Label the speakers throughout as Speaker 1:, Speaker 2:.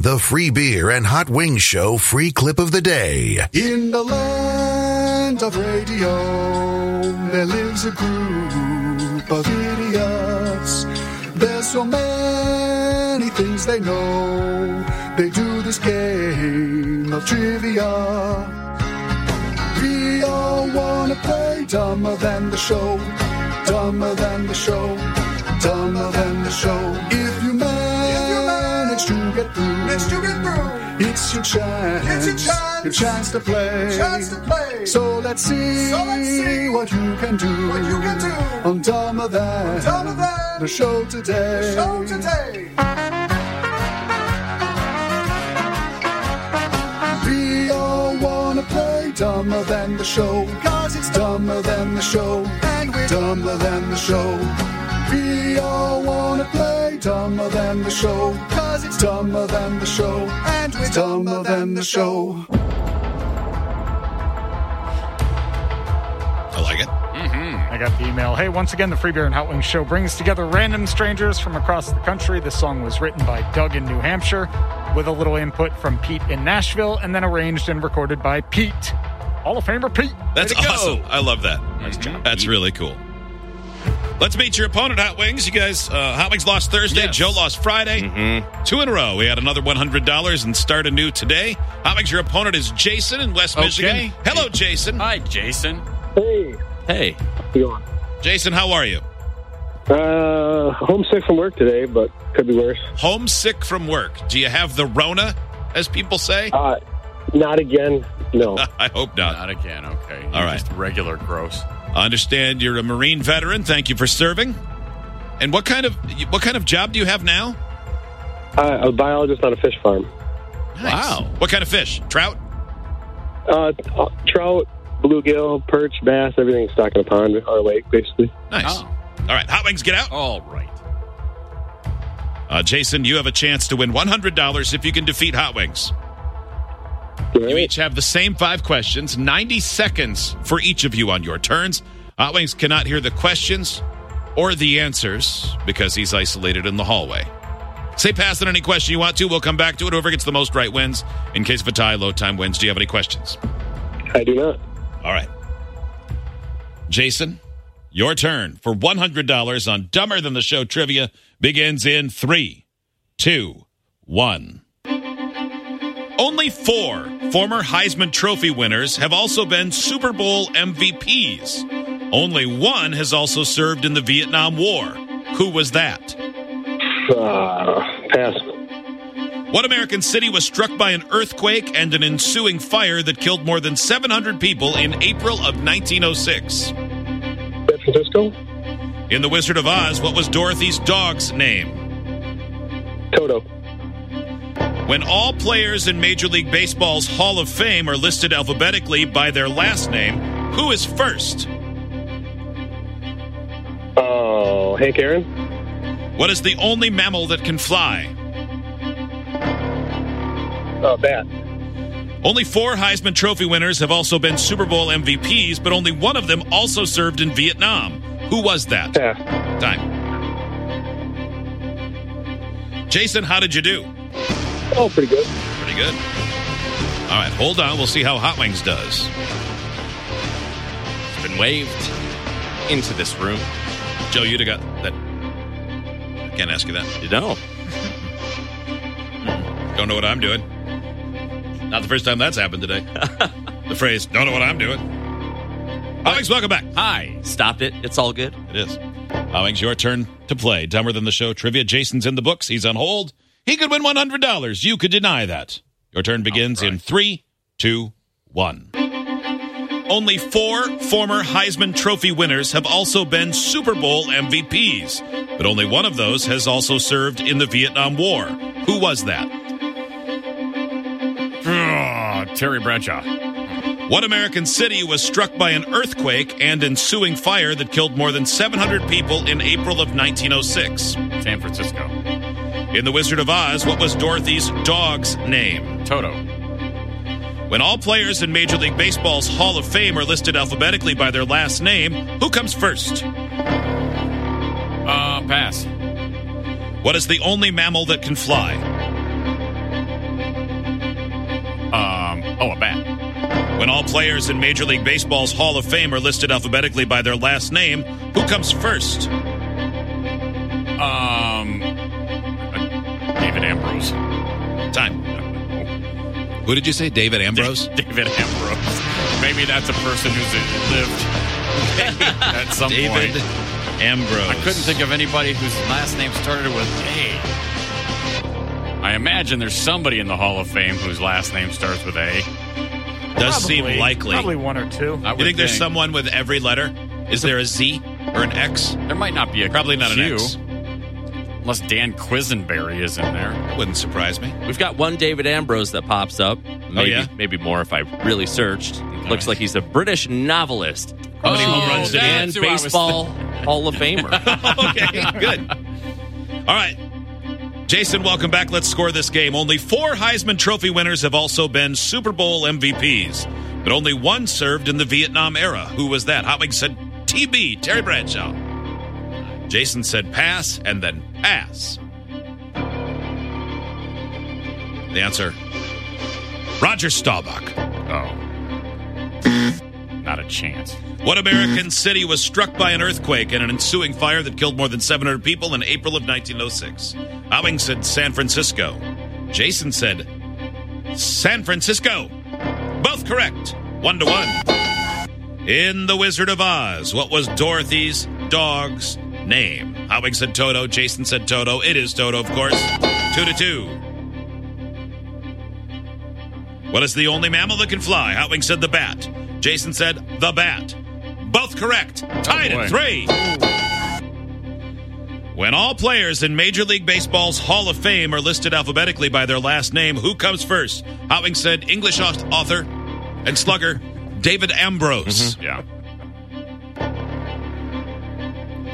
Speaker 1: The Free Beer and Hot Wings Show free clip of the day.
Speaker 2: In the land of radio, there lives a group of idiots. There's so many things they know. They do this game of trivia. We all wanna play dumber than the show, dumber than the show, dumber than the show. If you manage to get through, it's your chance,
Speaker 3: It's your chance.
Speaker 2: your chance to play.
Speaker 3: Chance to play.
Speaker 2: So let's see,
Speaker 3: So let's see
Speaker 2: what you can do,
Speaker 3: what you can do.
Speaker 2: on dumber than,
Speaker 3: Dumber Than
Speaker 2: Um, the show today.
Speaker 3: Show today.
Speaker 2: We all wanna play dumber than the show. Cause it's dumber than the show. And we're dumber than the show. We all wanna play dumber than the show. Cause it's dumber than the show. And we're dumber than the show.
Speaker 4: I like it.
Speaker 5: I got the email. Hey, once again, the Free Beer and Hot Wings show brings together random strangers from across the country. This song was written by Doug in New Hampshire, with a little input from Pete in Nashville, and then arranged and recorded by Pete, Hall of Famer Pete.
Speaker 4: That's
Speaker 5: Way to go.
Speaker 4: awesome. I love that. Mm-hmm. That's really cool. Let's meet your opponent, Hot Wings. You guys, uh, Hot Wings lost Thursday.
Speaker 6: Yes. Mm-hmm.
Speaker 4: Joe lost Friday. Two in a row. We had another $100 and start anew today. Hot Wings, your opponent is Jason in West
Speaker 6: Okay.
Speaker 4: Michigan. Hello, Jason.
Speaker 6: Hi, Jason.
Speaker 7: Hey,
Speaker 6: Hey.
Speaker 7: how's it going?
Speaker 4: Jason, how are you?
Speaker 7: Uh, homesick from work today, but could be worse.
Speaker 4: Homesick from work. Do you have the Rona, as people say?
Speaker 7: Uh, not again. No.
Speaker 4: I hope not.
Speaker 6: Not again. Okay.
Speaker 4: All
Speaker 6: You're
Speaker 4: right.
Speaker 6: Just regular gross.
Speaker 4: I understand you're a Marine veteran. Thank you for serving. And what kind of what kind of job do you have now?
Speaker 7: Uh, a biologist on a fish farm.
Speaker 4: Wow. What kind of fish? Trout?
Speaker 7: Uh, trout, bluegill, perch, bass, everything's stocked in a pond or lake, basically.
Speaker 4: Nice.
Speaker 6: Oh.
Speaker 4: All right, Hot Wings, get out.
Speaker 6: All right.
Speaker 4: Uh, Jason, you have a chance to win $100 if you can defeat Hot Wings. You each have the same five questions, 90 seconds for each of you on your turns. Hot Wings cannot hear the questions or the answers because he's isolated in the hallway. Say pass on any question you want to. We'll come back to it. Whoever gets the most right wins. In case of a tie, low time wins. Do you have any questions?
Speaker 7: I do not.
Speaker 4: All right. Jason, your turn for $100 on Dumber Than the Show trivia begins in three, two, one. Only four former Heisman Trophy winners have also been Super Bowl MVPs. Only one has also served in the Vietnam War. Who was that?
Speaker 7: Uh, pass.
Speaker 4: What American city was struck by an earthquake and an ensuing fire that killed more than 700 people in April of 1906?
Speaker 7: San Francisco?
Speaker 4: In The Wizard of Oz, what was Dorothy's dog's name?
Speaker 7: Toto.
Speaker 4: When all players in Major League Baseball's Hall of Fame are listed alphabetically by their last name, who is first?
Speaker 7: Oh, Hank Aaron?
Speaker 4: What is the only mammal that can fly?
Speaker 7: Uh, bat.
Speaker 4: Only four Heisman Trophy winners have also been Super Bowl MVPs, but only one of them also served in Vietnam. Who was that?
Speaker 7: Pass.
Speaker 4: Time. Jason, how did you do?
Speaker 7: Oh, pretty good.
Speaker 4: Pretty good. All right, hold on. We'll see how Hot Wings does.
Speaker 6: It's been waved into this room.
Speaker 4: Joe, you'd have got that. Can't ask you that. Hmm.
Speaker 6: You know.
Speaker 4: Don't know what I'm doing. Not the first time that's happened today. the phrase, don't know what I'm doing. Alex, welcome back.
Speaker 6: Hi. Stop it. It's all good.
Speaker 4: It is. Alex, your turn to play. Dumber than the show trivia. Jason's in the books. He's on hold. He could win $100. You could deny that. Your turn begins in three, two, one. Only four former Heisman Trophy winners have also been Super Bowl MVPs, but only one of those has also served in the Vietnam War. Who was that?
Speaker 8: Ugh, Ah, Terry Bradshaw.
Speaker 4: What American city was struck by an earthquake and ensuing fire that killed more than 700 people in April of 1906?
Speaker 8: San Francisco.
Speaker 4: In The Wizard of Oz, what was Dorothy's dog's name?
Speaker 8: Toto.
Speaker 4: When all players in Major League Baseball's Hall of Fame are listed alphabetically by their last name, who comes first?
Speaker 8: Uh, pass.
Speaker 4: What is the only mammal that can fly?
Speaker 8: Um, oh, a bat.
Speaker 4: When all players in Major League Baseball's Hall of Fame are listed alphabetically by their last name, who comes first?
Speaker 8: Um, uh, David Ambrose.
Speaker 4: Time.
Speaker 9: Who did you say? David Ambrose?
Speaker 8: David Ambrose. Maybe that's a person who's lived at some
Speaker 9: David
Speaker 8: point.
Speaker 4: Ambrose.
Speaker 8: I couldn't think of anybody whose last name started with A. I imagine there's somebody in the Hall of Fame whose last name starts with A.
Speaker 4: Does
Speaker 5: Probably-
Speaker 4: seem likely.
Speaker 5: Probably one or two.
Speaker 8: I would
Speaker 4: You think there's someone with every letter? Is there a Z or an X?
Speaker 8: There might not be a
Speaker 4: Probably not
Speaker 8: Q,
Speaker 4: an X.
Speaker 8: unless Dan Quisenberry is in there.
Speaker 4: That wouldn't surprise me.
Speaker 6: We've got one David Ambrose that pops up. Maybe,
Speaker 4: Oh, yeah?
Speaker 6: Maybe more if I really searched. Looks like he's a British novelist.
Speaker 8: How many home runs did he
Speaker 6: and
Speaker 8: hit? Oh, That's who I was
Speaker 6: baseball Hall of Famer.
Speaker 4: okay, good. All right. Jason, welcome back. Let's score this game. Only four Heisman Trophy winners have also been Super Bowl MVPs, but only one served in the Vietnam era. Who was that? Hotwig said TB, Terry Bradshaw. Jason said pass and then pass. The answer Roger Staubach.
Speaker 8: Oh. Not a chance.
Speaker 4: What American city was struck by an earthquake and an ensuing fire that killed more than 700 people in April of 1906? Owing said San Francisco. Jason said San Francisco. Both correct. One to one. In The Wizard of Oz, what was Dorothy's dog's name? Owing said Toto. Jason said Toto. It is Toto, of course. Two to two. What is the only mammal that can fly? Hotwing said the bat. Jason said the bat. Both correct. Tied
Speaker 8: boy.
Speaker 4: at three. When all players in Major League Baseball's Hall of Fame are listed alphabetically by their last name, who comes first? Hotwing said English au- author and slugger David
Speaker 6: Hmm.
Speaker 4: Ambrose.
Speaker 8: Yeah.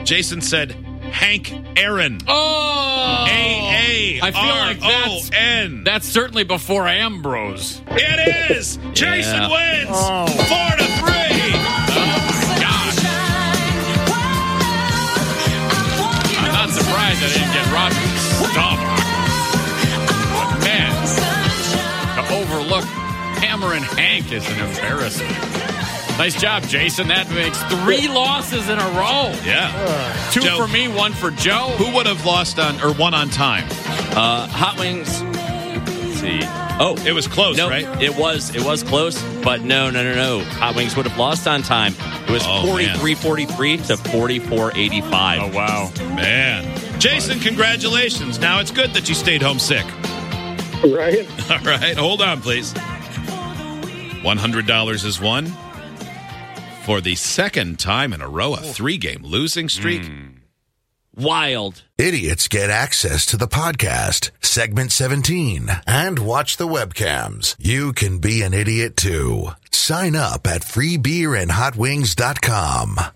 Speaker 4: Jason said Hank Aaron.
Speaker 8: Oh!
Speaker 4: A A
Speaker 8: I feel
Speaker 4: R
Speaker 8: like
Speaker 4: O
Speaker 8: that's,
Speaker 4: N.
Speaker 8: that's certainly before Ambrose.
Speaker 4: It is. Jason
Speaker 6: Yeah.
Speaker 4: wins
Speaker 5: Oh.
Speaker 4: four to three.
Speaker 8: I'm not surprised I didn't get Roger Staubach. But man, to overlook Hammer and Hank is an embarrassment. Nice job, Jason. That makes three losses in a row.
Speaker 4: Yeah.
Speaker 8: Two
Speaker 4: Joe.
Speaker 8: for me, one for Joe.
Speaker 4: Who would have lost on or won on time?
Speaker 6: Uh, Hot Wings. Let's see. Oh,
Speaker 4: It was close,
Speaker 6: no,
Speaker 4: right?
Speaker 6: it was it was close, but no, no, no, no. Hot Wings would have lost on time. It was
Speaker 4: Oh, man.
Speaker 6: 43-43 to 44-85.
Speaker 8: Oh, wow.
Speaker 4: Man. Jason, congratulations. Now it's good that you stayed home sick.
Speaker 7: Right?
Speaker 4: All right, hold on, please. $100 is won for the second time in a row, a three game losing streak.
Speaker 6: Wild.
Speaker 1: Idiots get access to the podcast, segment 17, and watch the webcams. You can be an idiot too. Sign up at freebeerandhotwings.com.